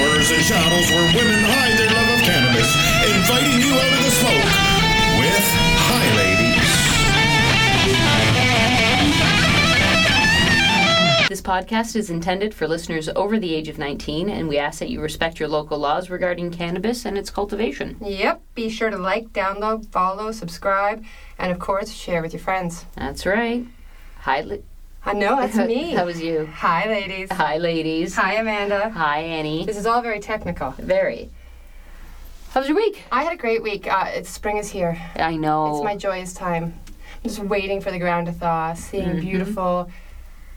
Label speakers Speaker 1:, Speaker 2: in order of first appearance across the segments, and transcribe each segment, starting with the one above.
Speaker 1: shadows where women hide their love of cannabis, inviting you out of the smoke with High Ladies.
Speaker 2: This podcast is intended for listeners over the age of 19, and we ask that you respect your local laws regarding cannabis and its cultivation.
Speaker 3: Yep, be sure to like, download, follow, subscribe, and of course, share with your friends.
Speaker 2: That's right. Hi, li-
Speaker 3: I know that's me.
Speaker 2: that was you.
Speaker 3: Hi, ladies.
Speaker 2: Hi, ladies.
Speaker 3: Hi, Amanda.
Speaker 2: Hi, Annie.
Speaker 3: This is all very technical.
Speaker 2: Very. How's your week?
Speaker 3: I had a great week. Uh, it's spring is here.
Speaker 2: I know.
Speaker 3: It's my joyous time. I'm just waiting for the ground to thaw, seeing
Speaker 2: Mm-hmm.
Speaker 3: beautiful,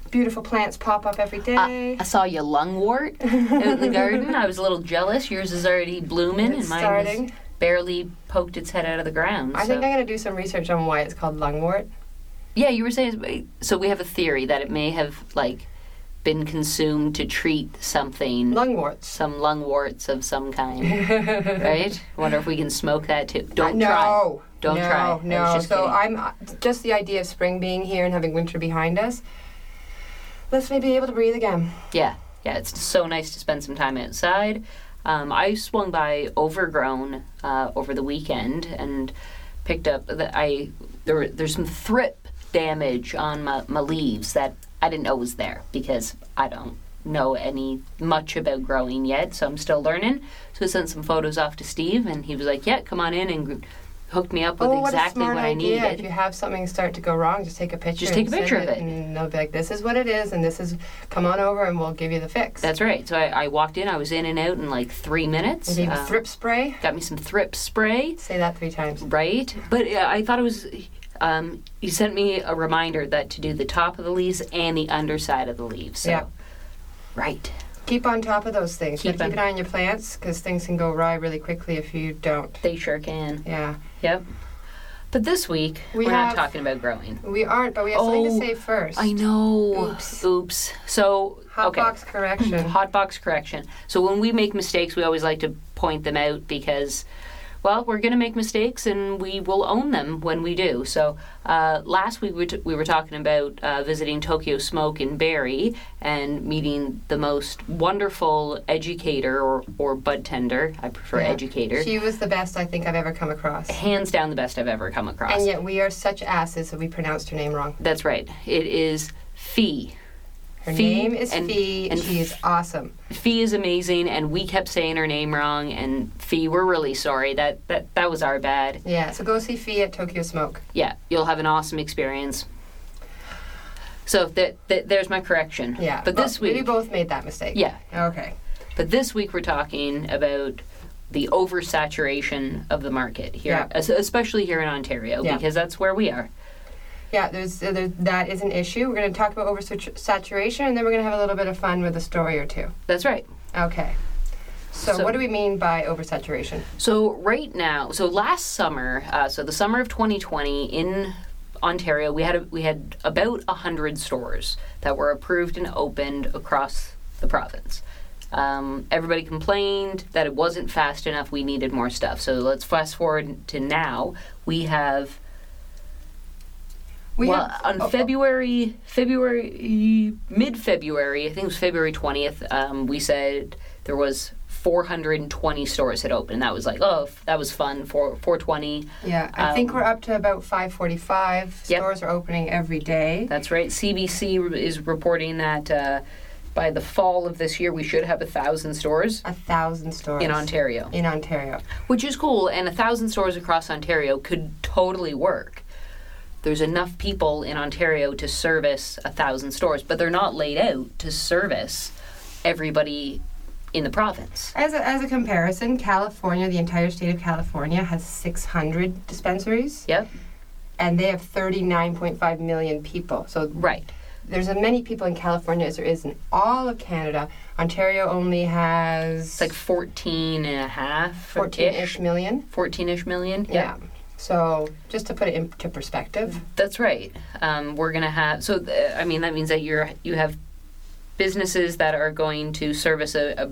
Speaker 3: beautiful plants pop up
Speaker 2: Uh,
Speaker 3: every day.
Speaker 2: I saw your lungwort in the garden. I was a little jealous. Yours is already blooming,
Speaker 3: It's
Speaker 2: and mine
Speaker 3: starting.
Speaker 2: has barely poked its head out of the ground.
Speaker 3: I
Speaker 2: so-
Speaker 3: think I'm gonna do some research on why it's called lungwort.
Speaker 2: Yeah, you were saying. it's- So we have a theory that it may have like been consumed to treat something,
Speaker 3: Lungworts.
Speaker 2: some lungworts of some kind, right? Wonder if we can smoke that too. Don't
Speaker 3: no,
Speaker 2: try. Don't
Speaker 3: no,
Speaker 2: try. I was
Speaker 3: No,
Speaker 2: just
Speaker 3: so
Speaker 2: kidding.
Speaker 3: I'm uh, just the idea of spring being here and having winter behind us. Let's me be able to breathe again.
Speaker 2: Yeah, yeah. It's so nice to spend some time outside. Um, I swung by Overgrown uh, over the weekend and picked up. The, I there were, there's some thrip damage on my, my leaves that I didn't know was there because I don't know any much about growing yet, so I'm still learning. So I sent some photos off to Steve, and he was like, "Yeah, come on in," and gr- hooked me up with
Speaker 3: oh,
Speaker 2: exactly
Speaker 3: what a smart
Speaker 2: what I
Speaker 3: idea!
Speaker 2: needed.
Speaker 3: If you have something start to go wrong, just take a picture.
Speaker 2: Just take
Speaker 3: and
Speaker 2: a picture
Speaker 3: send
Speaker 2: of it.
Speaker 3: and they'll be like, "This is what it is," and this is. Come on over, and we'll give you the fix.
Speaker 2: That's right. So I, I walked in. I was in and out in like three minutes.
Speaker 3: Maybe
Speaker 2: Um,
Speaker 3: thrip spray.
Speaker 2: got me some thrip spray.
Speaker 3: Say that three times.
Speaker 2: right? But uh, I thought it was. Um, you sent me a reminder that to do the top of the leaves and the underside of the leaves. So.
Speaker 3: Yeah.
Speaker 2: Right.
Speaker 3: Keep on top of those things.
Speaker 2: Keep
Speaker 3: Keep, keep
Speaker 2: on-
Speaker 3: an eye on your plants because things can go awry really quickly if you don't.
Speaker 2: They sure can.
Speaker 3: Yeah,
Speaker 2: Yep. But this week
Speaker 3: We
Speaker 2: are
Speaker 3: have-
Speaker 2: not talking about growing.
Speaker 3: we aren't, but we have something
Speaker 2: Oh,
Speaker 3: to say first.
Speaker 2: I know.
Speaker 3: Oops.
Speaker 2: Oops. So
Speaker 3: Hot
Speaker 2: okay.
Speaker 3: box correction.
Speaker 2: Hot box correction. So when we make mistakes, we always like to point them out because, well, we're going to make mistakes and we will own them when we do. So uh, last week we, t- we were talking about uh, visiting Tokyo Smoke in Barrie and meeting the most wonderful educator or, or bud tender. I prefer
Speaker 3: Yeah.
Speaker 2: educator.
Speaker 3: She was the best I think I've ever come across.
Speaker 2: Hands down the best I've ever come across.
Speaker 3: And yet we are such asses that we pronounced her name wrong.
Speaker 2: That's right. It is Fee.
Speaker 3: Her
Speaker 2: Fee
Speaker 3: name is
Speaker 2: and-
Speaker 3: Fee, and
Speaker 2: and
Speaker 3: she is awesome.
Speaker 2: Fee is amazing, and we kept saying her name wrong. And Fee, we're really sorry. That that that was our bad.
Speaker 3: Yeah, so go see Fee at Tokyo Smoke.
Speaker 2: Yeah, you'll have an awesome experience. So th- th- there's my correction.
Speaker 3: Yeah.
Speaker 2: but
Speaker 3: bo-
Speaker 2: this
Speaker 3: We
Speaker 2: week,
Speaker 3: both made that mistake.
Speaker 2: yeah,
Speaker 3: Okay.
Speaker 2: but this week we're talking about the oversaturation of the market here,
Speaker 3: Yeah.
Speaker 2: es- especially here in Ontario,
Speaker 3: Yeah.
Speaker 2: because that's where we are.
Speaker 3: Yeah, there's, uh, there, that is an issue. We're going to talk about oversaturation, and then we're going to have a little bit of fun with a story or two.
Speaker 2: That's right.
Speaker 3: Okay. So,
Speaker 2: So-
Speaker 3: what do we mean by oversaturation?
Speaker 2: So right now, so last summer, uh, so the summer of 2020 in Ontario, we had a, we had about hundred stores that were approved and opened across the province. Um, everybody complained that it wasn't fast enough. We needed more stuff. So let's fast forward to now. We have
Speaker 3: We
Speaker 2: well,
Speaker 3: have-
Speaker 2: on
Speaker 3: oh,
Speaker 2: February, February, mid February, I think it was February 20th, um, we said there was 420 stores had opened. That was like, oh, f- that was fun, four, 420.
Speaker 3: Yeah, I think
Speaker 2: um,
Speaker 3: we're up to about 545.
Speaker 2: Yep.
Speaker 3: Stores are opening every day.
Speaker 2: That's right. CBC re- is reporting that uh, by the fall of this year, we should have a 1,000 stores
Speaker 3: A thousand stores.
Speaker 2: in Ontario,
Speaker 3: In Ontario.
Speaker 2: which is cool. And a 1,000 stores across Ontario could totally work. There's enough people in Ontario to service a 1,000 stores, but they're not laid out to service everybody in the province.
Speaker 3: As a, as a comparison, California, the entire state of California, has 600 dispensaries,
Speaker 2: Yep,
Speaker 3: and they have 39.5 million people. So
Speaker 2: right.
Speaker 3: there's as many people in California as there is in all of Canada. Ontario only has
Speaker 2: It's like 14 and a half.
Speaker 3: 14-ish million.
Speaker 2: 14 ish million. Yep.
Speaker 3: Yeah. So just to put it into perspective,
Speaker 2: That's right. Um, we're gonna have so th- I mean that means that you're you have businesses that are going to service a, a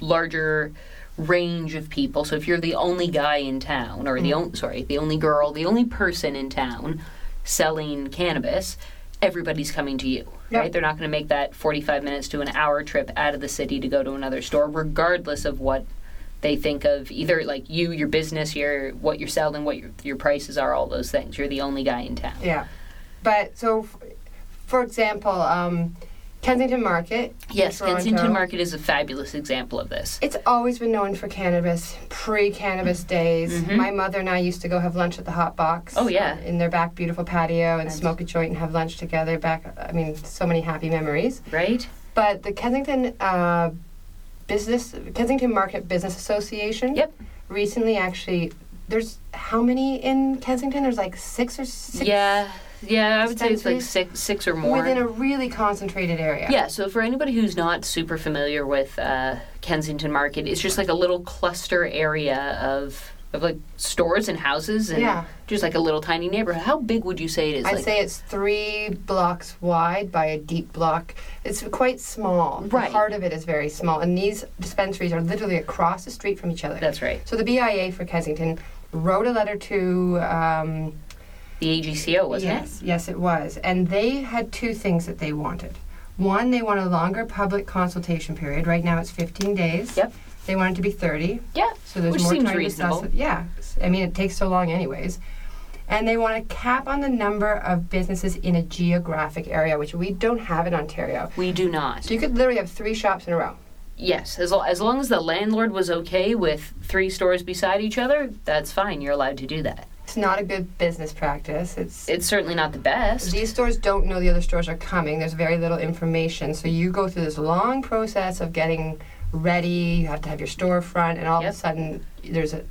Speaker 2: larger range of people. So if you're the only guy in town,
Speaker 3: Mm-hmm.
Speaker 2: or the only sorry, the only girl, the only person in town selling cannabis, everybody's coming to you,
Speaker 3: Yep.
Speaker 2: right? They're not going to make that 45 minutes to an hour trip out of the city to go to another store, regardless of what they think of either like you, your business, your what you're selling, what your, your prices are, all those things. You're the only guy in town.
Speaker 3: Yeah. But so, f- for example, um, Kensington Market. in
Speaker 2: Yes,
Speaker 3: Toronto,
Speaker 2: Kensington Market is a fabulous example of this.
Speaker 3: It's always been known for cannabis, pre-cannabis days.
Speaker 2: Mhm.
Speaker 3: My mother and I used to go have lunch at the Hot Box.
Speaker 2: Oh, yeah.
Speaker 3: In their back beautiful patio and
Speaker 2: Nice.
Speaker 3: smoke a joint and have lunch together. Back, I mean, so many happy memories.
Speaker 2: Right?
Speaker 3: But the Kensington uh, business, Kensington Market Business Association.
Speaker 2: Yep.
Speaker 3: Recently, actually, there's how many in Kensington? There's like six or six.
Speaker 2: yeah. Yeah, I would say it's like
Speaker 3: dispensaries?
Speaker 2: six six or more.
Speaker 3: Within a really concentrated area.
Speaker 2: Yeah, so for anybody who's not super familiar with uh, Kensington Market, it's just like a little cluster area of of like stores and houses and
Speaker 3: Yeah.
Speaker 2: just like a little tiny neighborhood. How big would you say it is?
Speaker 3: I'd
Speaker 2: like,
Speaker 3: say it's three blocks wide by a deep block. It's quite small.
Speaker 2: Right.
Speaker 3: The heart of it is very small. And these dispensaries are literally across the street from each other.
Speaker 2: that's right.
Speaker 3: so the BIA for Kensington wrote a letter to. Um,
Speaker 2: The AGCO, wasn't
Speaker 3: yes, yes, it was. And they had two things that they wanted. One, they want a longer public consultation period. Right now it's 15 days.
Speaker 2: Yep.
Speaker 3: They want it to be 30.
Speaker 2: it? Yeah.
Speaker 3: So there's
Speaker 2: Which
Speaker 3: more
Speaker 2: seems
Speaker 3: time
Speaker 2: reasonable.
Speaker 3: To discuss it. Yeah, S- I mean it takes so long anyways, and they want to cap on the number of businesses in a geographic area, which we don't have in Ontario.
Speaker 2: We do not.
Speaker 3: So you could literally have three shops in a row.
Speaker 2: Yes, as, lo- as long as the landlord was okay with three stores beside each other, that's fine. You're allowed to do that.
Speaker 3: It's not a good business practice. It's
Speaker 2: It's certainly not the best.
Speaker 3: these stores don't know the other stores are coming. There's very little information, so you go through this long process of getting ready. You have to have your storefront, and all
Speaker 2: Yep.
Speaker 3: of a sudden there's a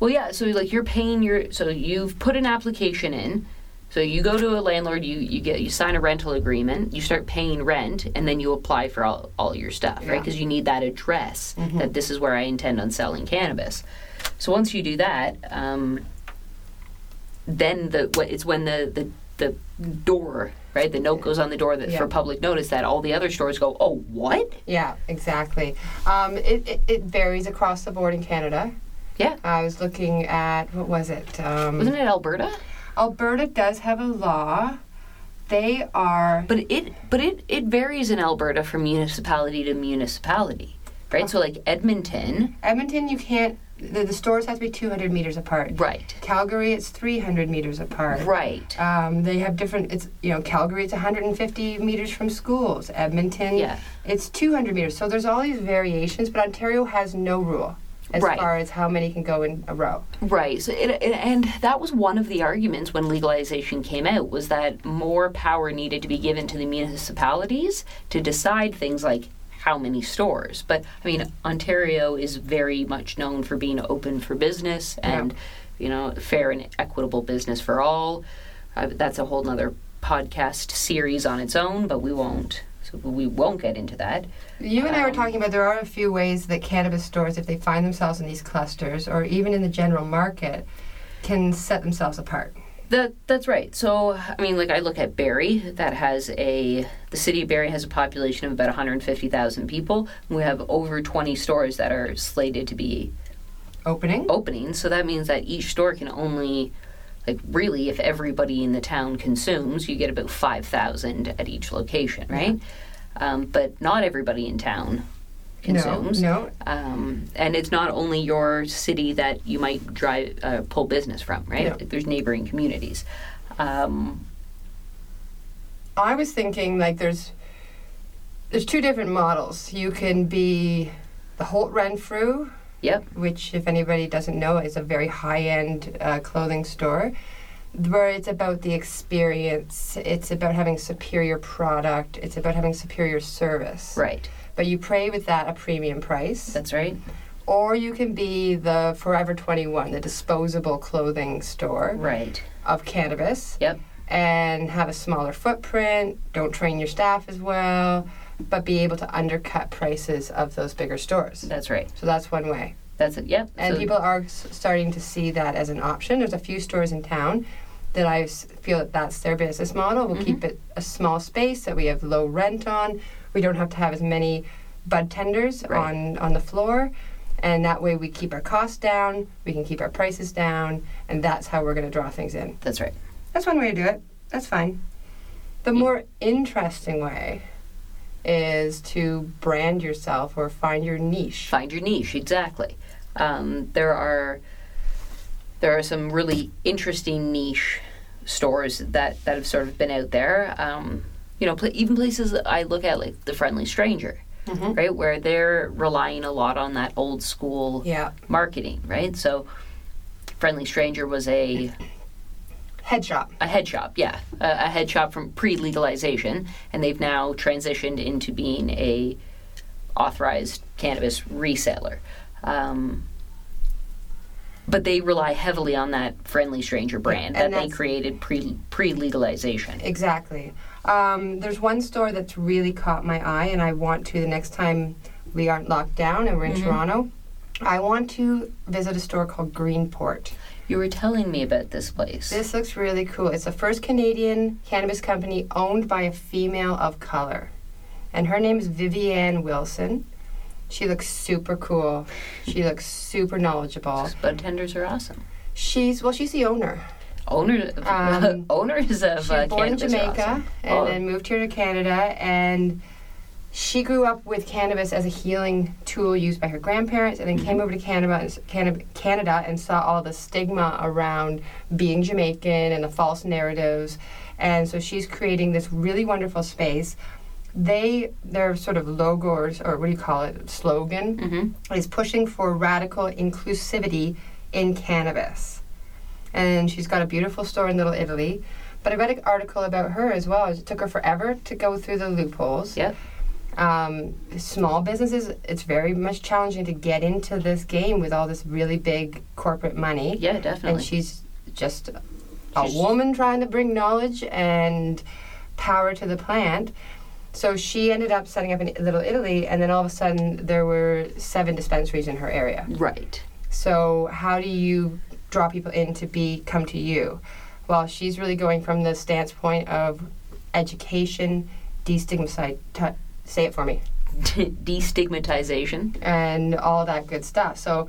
Speaker 2: Well, yeah. So like you're paying your so you've put an application in. So you go to a landlord, you you get you sign a rental agreement, you start paying rent, and then you apply for all all your stuff, right?
Speaker 3: Yeah. Mm-hmm.
Speaker 2: Because you need that address that this is where I intend on selling cannabis. So once you do that, um, then the what it's when the the the door right the note goes on the door that
Speaker 3: Yeah.
Speaker 2: for public notice that all the other stores go oh what
Speaker 3: yeah exactly. Um, it, it it varies across the board in Canada.
Speaker 2: yeah
Speaker 3: I was looking at what was it? Um,
Speaker 2: wasn't it Alberta
Speaker 3: Alberta does have a law. They are
Speaker 2: But it but it, it varies in Alberta from municipality to municipality, right? So like Edmonton,
Speaker 3: Edmonton. You can't. The, the stores have to be 200 meters apart.
Speaker 2: right,
Speaker 3: Calgary, it's 300 meters apart.
Speaker 2: right,
Speaker 3: Um, they have different. It's you know Calgary, it's 150 meters from schools. Edmonton,
Speaker 2: Yeah.
Speaker 3: it's 200 meters. So there's all these variations, but Ontario has no rule as
Speaker 2: Right.
Speaker 3: far as how many can go in a row.
Speaker 2: right. So it, it- and that was one of the arguments when legalization came out was that more power needed to be given to the municipalities to decide things like how many stores. But I mean, Ontario is very much known for being open for business and you know fair and equitable business for all. Uh, that's a whole nother podcast series on its own, but we won't. So we won't get into that.
Speaker 3: You and I were
Speaker 2: Um,
Speaker 3: talking about there are a few ways that cannabis stores, if they find themselves in these clusters or even in the general market, can set themselves apart.
Speaker 2: That that's right. So I mean, like I look at Barrie, that has a the city of Barrie has a population of about 150,000 people. We have over 20 stores that are slated to be
Speaker 3: Opening?
Speaker 2: opening. So that means that each store can only like really if everybody in the town consumes, you get about 5,000 at each location, right? Um, but not everybody in town consumes.
Speaker 3: No, no.
Speaker 2: Um, and it's not only your city that you might drive uh, pull business from, right?
Speaker 3: Yeah.
Speaker 2: There's neighboring communities. Um,
Speaker 3: I was thinking like there's there's two different models. You can be the Holt Renfrew,
Speaker 2: yep.
Speaker 3: which if anybody doesn't know is a very high-end uh, clothing store where it's about the experience, it's about having superior product, it's about having superior service.
Speaker 2: Right.
Speaker 3: But you pay with that a premium price.
Speaker 2: That's right.
Speaker 3: Or you can be the Forever 21, the disposable clothing store
Speaker 2: Right.
Speaker 3: of cannabis,
Speaker 2: Yep.
Speaker 3: and have a smaller footprint, don't train your staff as well, but be able to undercut prices of those bigger stores.
Speaker 2: That's right.
Speaker 3: So that's one way.
Speaker 2: That's it. Yep.
Speaker 3: And
Speaker 2: So-
Speaker 3: people are s- starting to see that as an option. There's a few stores in town that I s- feel that that's their business model.
Speaker 2: Mm-hmm.
Speaker 3: We'll keep it a small space that we have low rent on. We don't have to have as many bud tenders
Speaker 2: Right.
Speaker 3: on, on the floor. And that way we keep our costs down, we can keep our prices down, and that's how we're going to draw things in.
Speaker 2: That's right.
Speaker 3: That's one way to do it. That's fine. The
Speaker 2: Mm.
Speaker 3: more interesting way is to brand yourself or find your niche.
Speaker 2: find your niche exactly um, there are there are some really interesting niche stores that that have sort of been out there um, you know pla even places that i look at like the friendly stranger
Speaker 3: Mm-hmm.
Speaker 2: right where they're relying a lot on that old school
Speaker 3: Yeah.
Speaker 2: marketing right so friendly stranger was a
Speaker 3: Head shop.
Speaker 2: a head shop, yeah, a, a head shop from pre-legalization, and they've now transitioned into being a authorized cannabis reseller. Um, but they rely heavily on that friendly stranger brand
Speaker 3: And
Speaker 2: that they
Speaker 3: that's-
Speaker 2: created pre pre legalization.
Speaker 3: Exactly. Um, there's one store that's really caught my eye, and I want to the next time we aren't locked down and we're in Toronto. I want to visit a store called Greenport.
Speaker 2: You were telling me about this place.
Speaker 3: This looks really cool. It's the first Canadian cannabis company owned by a female of color. And her name is Vivienne Wilson. She looks super cool. She looks super knowledgeable.
Speaker 2: Bud tenders are awesome.
Speaker 3: She's, well, she's the owner.
Speaker 2: Owner,
Speaker 3: Um,
Speaker 2: owners of
Speaker 3: She
Speaker 2: uh,
Speaker 3: was born in
Speaker 2: cannabis are
Speaker 3: Jamaica
Speaker 2: awesome.
Speaker 3: and
Speaker 2: Oh,
Speaker 3: then moved here to Canada and she grew up with cannabis as a healing tool used by her grandparents and then
Speaker 2: Mm-hmm.
Speaker 3: came over to Canada, Canada, Canada and saw all the stigma around being Jamaican and the false narratives and so she's creating this really wonderful space they their sort of logo or, or what do you call it slogan is pushing for radical inclusivity in cannabis and she's got a beautiful store in Little Italy. But I read an article about her as well. It took her forever to go through the loopholes.
Speaker 2: Yep.
Speaker 3: Um, small businesses, it's very much challenging to get into this game with all this really big corporate money.
Speaker 2: Yeah, definitely.
Speaker 3: And she's just a
Speaker 2: She's-
Speaker 3: woman trying to bring knowledge and power to the plant. So she ended up setting up in Little Italy, and then all of a sudden there were seven dispensaries in her area.
Speaker 2: right.
Speaker 3: So how do you draw people in to be come to you? Well, she's really going from the stance point of education, destigmatize. T- say it for me,
Speaker 2: Destigmatization.
Speaker 3: and all that good stuff. So.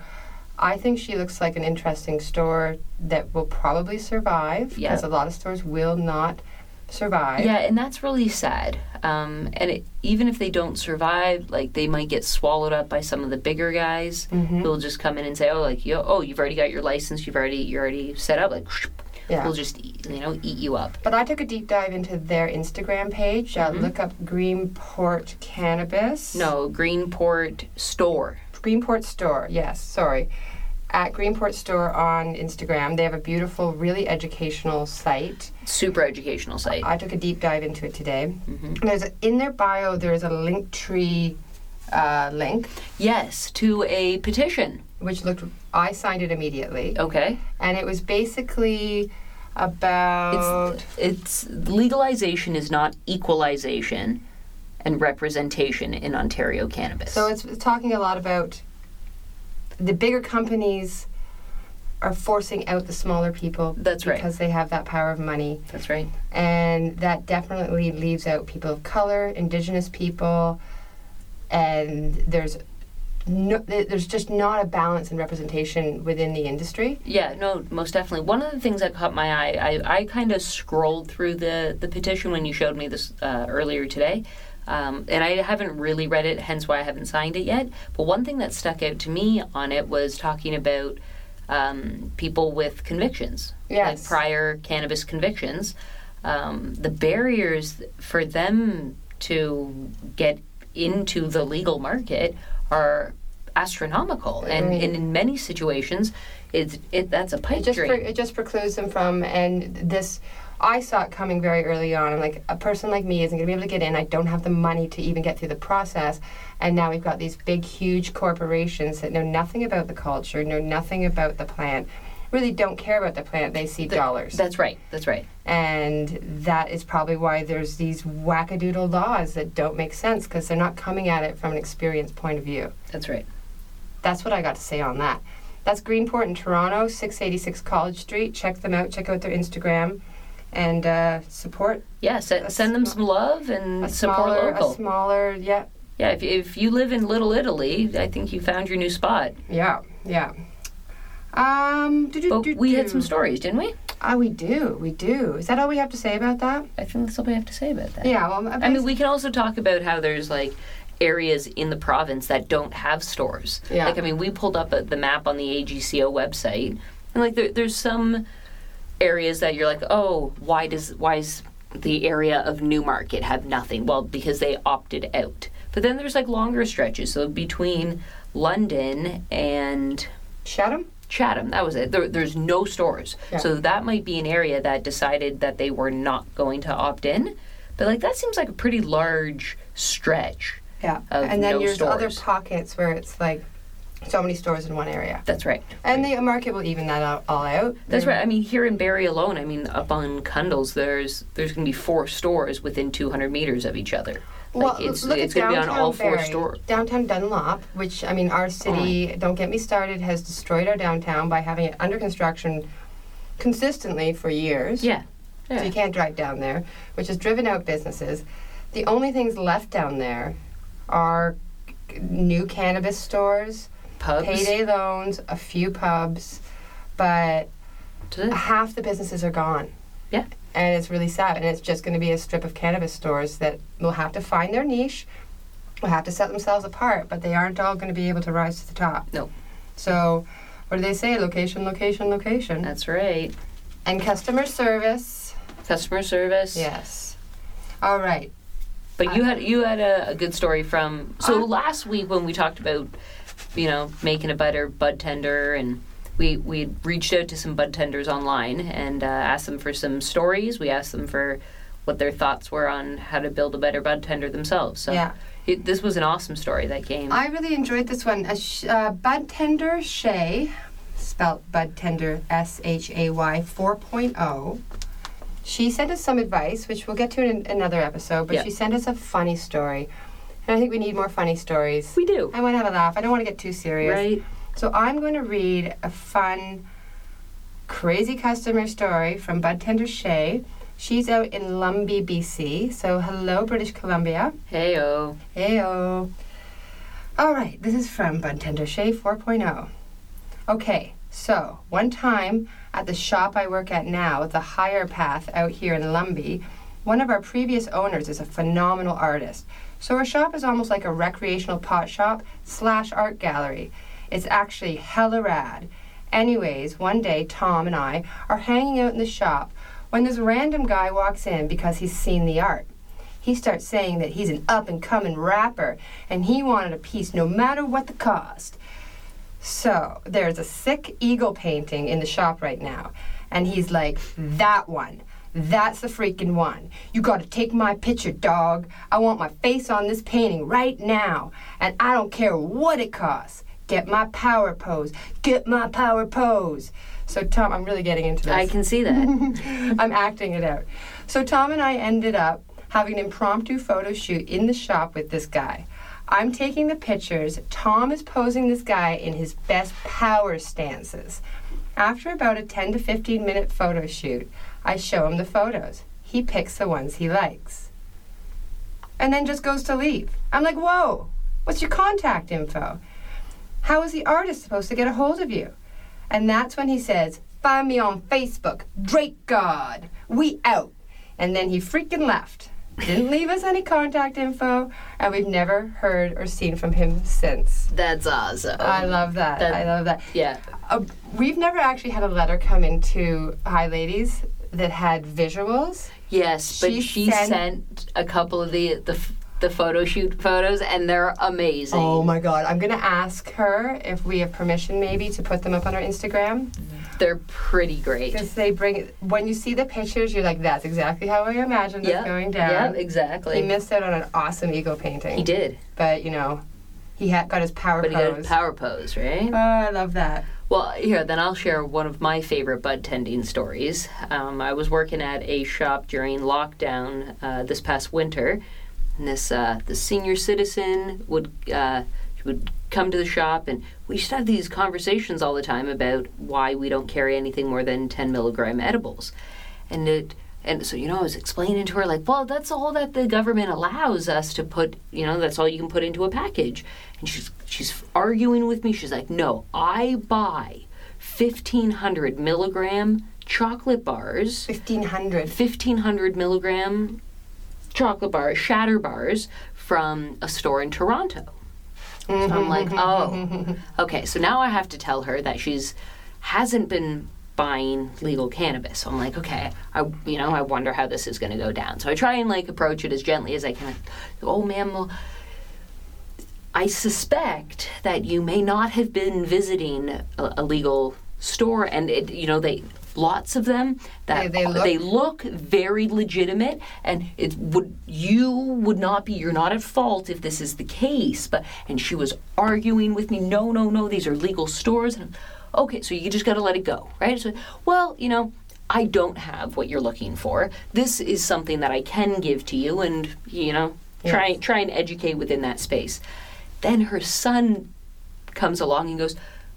Speaker 3: I think she looks like an interesting store that will probably survive
Speaker 2: Yeah.
Speaker 3: because a lot of stores will not survive.
Speaker 2: Yeah, and that's really sad. Um, and it, even if they don't survive, like they might get swallowed up by some of the bigger guys
Speaker 3: Mm-hmm.
Speaker 2: who'll just come in and say, "Oh, like yo, oh, you've already got your license, you've already you're already set up." Like,
Speaker 3: Yeah.
Speaker 2: we'll just eat, you know eat you up.
Speaker 3: But I took a deep dive into their Instagram page. Uh, Look up Greenport Cannabis.
Speaker 2: Mm-hmm. No, Greenport store.
Speaker 3: Greenport Store, yes, sorry. At Greenport Store on Instagram. They have a beautiful, really educational site.
Speaker 2: Super educational site.
Speaker 3: I took a deep dive into it today.
Speaker 2: Mm-hmm.
Speaker 3: There's a, in their bio there's a link tree uh, link,
Speaker 2: yes, to a petition.
Speaker 3: which looked I signed it immediately.
Speaker 2: Okay,
Speaker 3: And it was basically about
Speaker 2: it's it's legalization is not equalization and representation in Ontario cannabis.
Speaker 3: So it's talking a lot about the bigger companies are forcing out the smaller people
Speaker 2: That's right.
Speaker 3: because they have that power of money.
Speaker 2: that's right.
Speaker 3: and that definitely leaves out people of color, indigenous people, and there's no, th- there's just not a balance in representation within the industry.
Speaker 2: Yeah, no, most definitely. One of the things that caught my eye, I, I kind of scrolled through the, the petition when you showed me this uh, earlier today, um, and I haven't really read it, hence why I haven't signed it yet. But one thing that stuck out to me on it was talking about um, people with convictions,
Speaker 3: Yes.
Speaker 2: like prior cannabis convictions, um, the barriers for them to get into the legal market are astronomical and, and in many situations it's it that's a pipe
Speaker 3: It just
Speaker 2: dream
Speaker 3: pre- it just precludes them from and this. I saw it coming very early on. I'm like, a person like me isn't going to be able to get in. I don't have the money to even get through the process. And now we've got these big, huge corporations that know nothing about the culture, know nothing about the plant, really don't care about the plant. They see dollars.
Speaker 2: that's right that's right
Speaker 3: and that is probably why there's these wackadoodle laws that don't make sense because they're not coming at it from an experience point of view.
Speaker 2: that's right
Speaker 3: That's what I got to say on that. That's Greenport in Toronto, 686 College Street. Check them out. Check out their Instagram, and uh, support
Speaker 2: yeah se-
Speaker 3: A
Speaker 2: send them
Speaker 3: sma-
Speaker 2: some love and
Speaker 3: a
Speaker 2: support
Speaker 3: smaller,
Speaker 2: local
Speaker 3: a smaller. Yeah,
Speaker 2: yeah if, if you live in little italy i think you found your new spot
Speaker 3: yeah, Um, yeah. Um,
Speaker 2: but we had some stories didn't we
Speaker 3: Ah, we do, we do. Is that all we have to say about that?
Speaker 2: I think that's all we have to say about that.
Speaker 3: Yeah. Well,
Speaker 2: I mean, we can also talk about how there's like areas in the province that don't have stores.
Speaker 3: Yeah.
Speaker 2: Like, I mean, we pulled up uh the map on the AGCO website, and like, there, there's some areas that you're like, oh, why does why is the area of Newmarket have nothing? Well, because they opted out. But then there's like longer stretches, so between London and
Speaker 3: shout 'em.
Speaker 2: Chatham, that was it. There, there's no stores.
Speaker 3: Yeah.
Speaker 2: So that might be an area that decided that they were not going to opt in. But like that seems like a pretty large stretch.
Speaker 3: Yeah.
Speaker 2: of
Speaker 3: and then
Speaker 2: no
Speaker 3: there's other
Speaker 2: stores.
Speaker 3: pockets where it's like so many stores in one area.
Speaker 2: That's right.
Speaker 3: And the market will even that out, all out.
Speaker 2: That's right. I mean, here in Barrie alone, I mean, up on Cundles, there's there's going to be four stores within 200 meters of each other.
Speaker 3: Well,
Speaker 2: Like it's
Speaker 3: look
Speaker 2: it's
Speaker 3: at
Speaker 2: going to be on
Speaker 3: downtown
Speaker 2: all four
Speaker 3: Barrie.
Speaker 2: stores.
Speaker 3: Downtown Dunlop, which I mean, our city, don't get me started, has destroyed our downtown by having it under construction consistently for years.
Speaker 2: Yeah.
Speaker 3: So you
Speaker 2: Yeah.
Speaker 3: can't drive down there, which has driven out businesses. The only things left down there are c- new cannabis stores,
Speaker 2: Pubs.
Speaker 3: payday loans, a few pubs, but
Speaker 2: That's it.
Speaker 3: half the businesses are gone.
Speaker 2: Yeah.
Speaker 3: And it's really sad. And it's just going to be a strip of cannabis stores that will have to find their niche, will have to set themselves apart, but they aren't all going to be able to rise to the top.
Speaker 2: No.
Speaker 3: So, what do they say? Location, location, location.
Speaker 2: That's right.
Speaker 3: and customer service.
Speaker 2: Customer service.
Speaker 3: Yes. All right.
Speaker 2: But you had you had a, a good story from so
Speaker 3: Uh,
Speaker 2: last week when we talked about you know making a better bud tender and we we had reached out to some bud tenders online and uh, asked them for some stories. We asked them for what their thoughts were on how to build a better bud tender themselves. So
Speaker 3: Yeah.
Speaker 2: it, this was an awesome story that came.
Speaker 3: I really enjoyed this one. A sh- uh, bud tender Shay, spelt bud tender S H A Y 4.0. She sent us some advice, which we'll get to in another episode, but
Speaker 2: Yeah.
Speaker 3: she sent us a funny story. And I think we need more funny stories.
Speaker 2: we do
Speaker 3: I want to have a laugh. I don't want to get too serious.
Speaker 2: right.
Speaker 3: So I'm going to read a fun, crazy customer story from bud tender Shay. She's out in Lumbee, BC. So hello, British Columbia.
Speaker 2: Hey oh
Speaker 3: Heyo. All right, this is from Buntender Shay 4.0. oh. Okay, so one time at the shop I work at now, the Higher Path out here in Lumbee, one of our previous owners is a phenomenal artist. So our shop is almost like a recreational pot shop slash art gallery. It's actually hella rad. Anyways, one day Tom and I are hanging out in the shop when this random guy walks in because he's seen the art. He starts saying that he's an up and coming rapper and he wanted a piece no matter what the cost. So there's a sick eagle painting in the shop right now, and he's like, That one. That's the freaking one. You gotta take my picture, dog. I want my face on this painting right now, and I don't care what it costs. Get my power pose. Get my power pose. So, Tom, I'm really getting into this.
Speaker 2: I can see that.
Speaker 3: I'm acting it out. So Tom and I ended up having an impromptu photo shoot in the shop with this guy. I'm taking the pictures. Tom is posing this guy in his best power stances. After about a 10 to 15 minute photo shoot, I show him the photos. He picks the ones he likes. And then just goes to leave. I'm like, whoa, what's your contact info? How is the artist supposed to get a hold of you? And that's when he says, Find me on Facebook. Great God. We out. And then he freaking left. Didn't leave us any contact info, and we've never heard or seen from him since.
Speaker 2: That's awesome.
Speaker 3: I love that.
Speaker 2: Um, that-
Speaker 3: I love that.
Speaker 2: yeah.
Speaker 3: Uh, we've never actually had a letter come into High Ladies that had visuals.
Speaker 2: Yes, but
Speaker 3: She
Speaker 2: she,
Speaker 3: sent-
Speaker 2: sent, a couple of the the f- the photo shoot photos and they're amazing.
Speaker 3: Oh my God. I'm going to ask her if we have permission, maybe, to put them up on our Instagram.
Speaker 2: They're pretty great.
Speaker 3: Because they bring, when you see the pictures, you're like, that's exactly how I imagined this going down.
Speaker 2: Yeah, exactly.
Speaker 3: He missed out on an awesome eagle painting.
Speaker 2: He did,
Speaker 3: But, you know, he had got his power
Speaker 2: but he got a
Speaker 3: pose.
Speaker 2: power pose, right?
Speaker 3: oh, I love that.
Speaker 2: Well, here, then I'll share one of my favorite bud tending stories. Um, I was working at a shop during lockdown uh, this past winter, and this uh, the senior citizen would uh, she would come to the shop, and we used to have these conversations all the time about why we don't carry anything more than ten milligram edibles, and it. And so, you know, I was explaining to her, like, well, that's all that the government allows us to put, you know, that's all you can put into a package. And she's, she's arguing with me. She's like, no, I buy 1,500 milligram chocolate bars,
Speaker 3: 1500.
Speaker 2: 1500 milligram chocolate bars, shatter bars from a store in Toronto. So I'm
Speaker 3: Mm-hmm,
Speaker 2: like, oh, okay. So now I have to tell her that she's hasn't been buying legal cannabis. So I'm like, okay, I you know I wonder how this is going to go down. So I try and like approach it as gently as I can. oh, ma'am. Well, I suspect that you may not have been visiting a, a legal store, and it, you know they lots of them that
Speaker 3: They- they
Speaker 2: look
Speaker 3: look-
Speaker 2: very legitimate, and it would you would not be you're not at fault if this is the case. But and she was arguing with me, no, no, no, these are legal stores. And, okay, so you just got to let it go, right? So, well, you know. I don't have what you're looking for. This is something that I can give to you, and you know, try try and educate within that space. Then her son comes along and goes,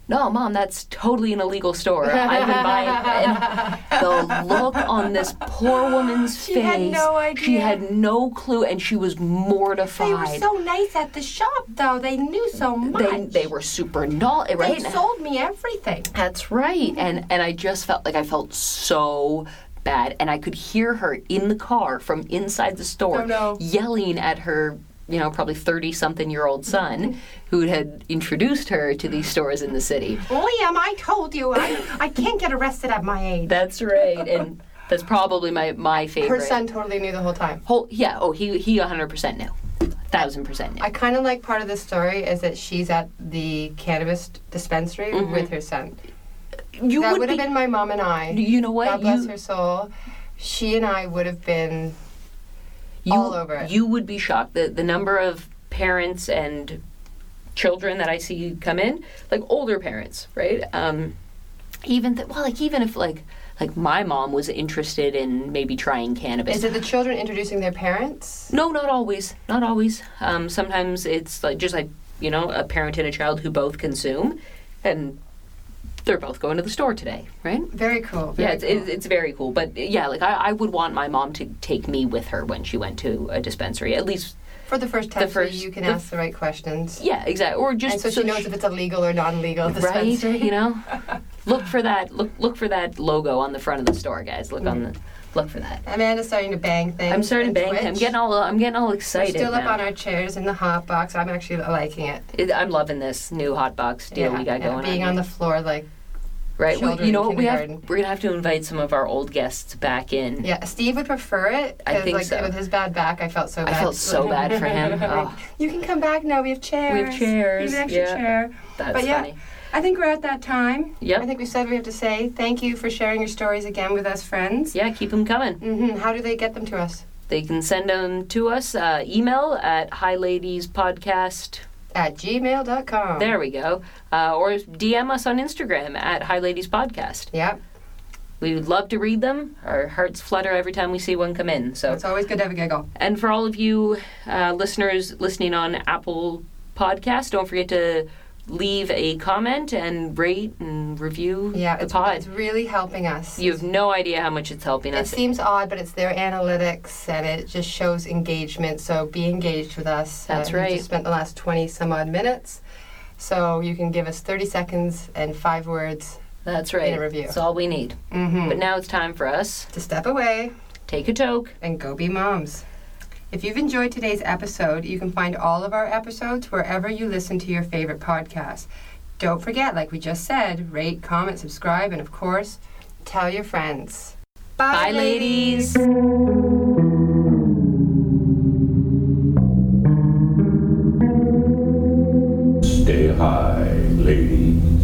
Speaker 2: "No, mom, that's totally an illegal store. I've been buying." And the look on this poor woman's
Speaker 3: She
Speaker 2: face,
Speaker 3: had no
Speaker 2: she
Speaker 3: idea.
Speaker 2: had no clue, and she was mortified.
Speaker 3: They were so nice at the shop, though. They knew so much.
Speaker 2: they, they were super knowledgeable.
Speaker 3: They
Speaker 2: Right?
Speaker 3: sold me everything.
Speaker 2: That's right. And and I just felt like I felt so bad and I could hear her in the car from inside the store
Speaker 3: Oh, no.
Speaker 2: yelling at her you know, probably 30 something year old son who had introduced her to these stores in the city.
Speaker 3: Liam, I told you, I, I can't get arrested at my age.
Speaker 2: That's right. And that's probably my, my favorite.
Speaker 3: Her son totally knew the whole time.
Speaker 2: Whole, yeah, oh, he, he 100% knew. 1000% knew.
Speaker 3: I kind of like part of the story is that she's at the cannabis dispensary
Speaker 2: Mm-hmm.
Speaker 3: with her son.
Speaker 2: you
Speaker 3: that
Speaker 2: would
Speaker 3: would have
Speaker 2: be,
Speaker 3: been my mom and I.
Speaker 2: you know what?
Speaker 3: God bless
Speaker 2: you,
Speaker 3: her soul. She and I would have been
Speaker 2: you,
Speaker 3: all over it.
Speaker 2: You would be shocked. The the number of parents and children that I see come in, like older parents, right? Um, even th- well, like even if like like my mom was interested in maybe trying cannabis.
Speaker 3: Is it the children introducing their parents?
Speaker 2: No, not always. Not always. Um, sometimes it's like just like you know a parent and a child who both consume, and they're both going to the store today, right?
Speaker 3: Very cool.
Speaker 2: yeah,
Speaker 3: Very
Speaker 2: it's,
Speaker 3: cool.
Speaker 2: it's, it's very cool. But yeah, like I, I would want my mom to take me with her when she went to a dispensary, at least
Speaker 3: For the first time, so
Speaker 2: first-
Speaker 3: you can
Speaker 2: the-
Speaker 3: ask the right questions.
Speaker 2: Yeah, exactly. Or just
Speaker 3: And so she knows if it's a legal or non-legal
Speaker 2: right,
Speaker 3: dispensary.
Speaker 2: you know. look for that. Look look for that logo on the front of the store, guys. Look on the look for that.
Speaker 3: Amanda's starting to bang things.
Speaker 2: I'm starting
Speaker 3: Mm. and
Speaker 2: to bang. I'm
Speaker 3: twitch.
Speaker 2: getting all I'm getting all
Speaker 3: We're
Speaker 2: excited.
Speaker 3: still up
Speaker 2: now.
Speaker 3: on our chairs in the hot box. I'm actually liking it.
Speaker 2: It- I'm loving this new hot box deal we got going
Speaker 3: being
Speaker 2: on.
Speaker 3: on the floor, like
Speaker 2: right, we, you
Speaker 3: children in
Speaker 2: know what we have.
Speaker 3: kindergarten.
Speaker 2: We're gonna have to invite some of our old guests back in.
Speaker 3: yeah. Steve would prefer it.
Speaker 2: I
Speaker 3: 'cause,
Speaker 2: think
Speaker 3: like,
Speaker 2: so.
Speaker 3: With his bad back, I felt so.
Speaker 2: I
Speaker 3: bad.
Speaker 2: felt so bad for him. Oh,
Speaker 3: You can come back now. We have chairs.
Speaker 2: chairs,
Speaker 3: You have an extra
Speaker 2: yeah.
Speaker 3: chair.
Speaker 2: Oh, that's
Speaker 3: But yeah,
Speaker 2: funny.
Speaker 3: I think we're at that time.
Speaker 2: Yep.
Speaker 3: I think we said we have to say thank you for sharing your stories again with us, friends.
Speaker 2: Yeah, keep them coming.
Speaker 3: hmm How do they get them to us?
Speaker 2: They can send them to us uh, email at highladespodcast
Speaker 3: At gmail.com.
Speaker 2: There we go. Uh, or DM us on Instagram at High Ladies Podcast.
Speaker 3: Yep.
Speaker 2: We would love to read them. Our hearts flutter every time we see one come in. So,
Speaker 3: It's always good to have a giggle.
Speaker 2: and for all of you uh, listeners listening on Apple Podcast, don't forget to leave a comment and rate and review
Speaker 3: Yeah,
Speaker 2: the
Speaker 3: it's,
Speaker 2: pod.
Speaker 3: it's really helping us.
Speaker 2: You have no idea how much it's helping
Speaker 3: It
Speaker 2: us.
Speaker 3: seems odd, but it's their analytics and it just shows engagement. So be engaged with us.
Speaker 2: That's
Speaker 3: we
Speaker 2: right.
Speaker 3: just spent the last 20 some odd minutes. So you can give us 30 seconds and five words
Speaker 2: That's right.
Speaker 3: in a review.
Speaker 2: That's all we need. But now it's time for us
Speaker 3: to step away
Speaker 2: take a toke.
Speaker 3: and go be moms. If you've enjoyed today's episode, you can find all of our episodes wherever you listen to your favorite podcast. Don't forget, like we just said, rate, comment, subscribe, and of course, tell your friends.
Speaker 2: Bye, ladies.
Speaker 1: Stay high, ladies.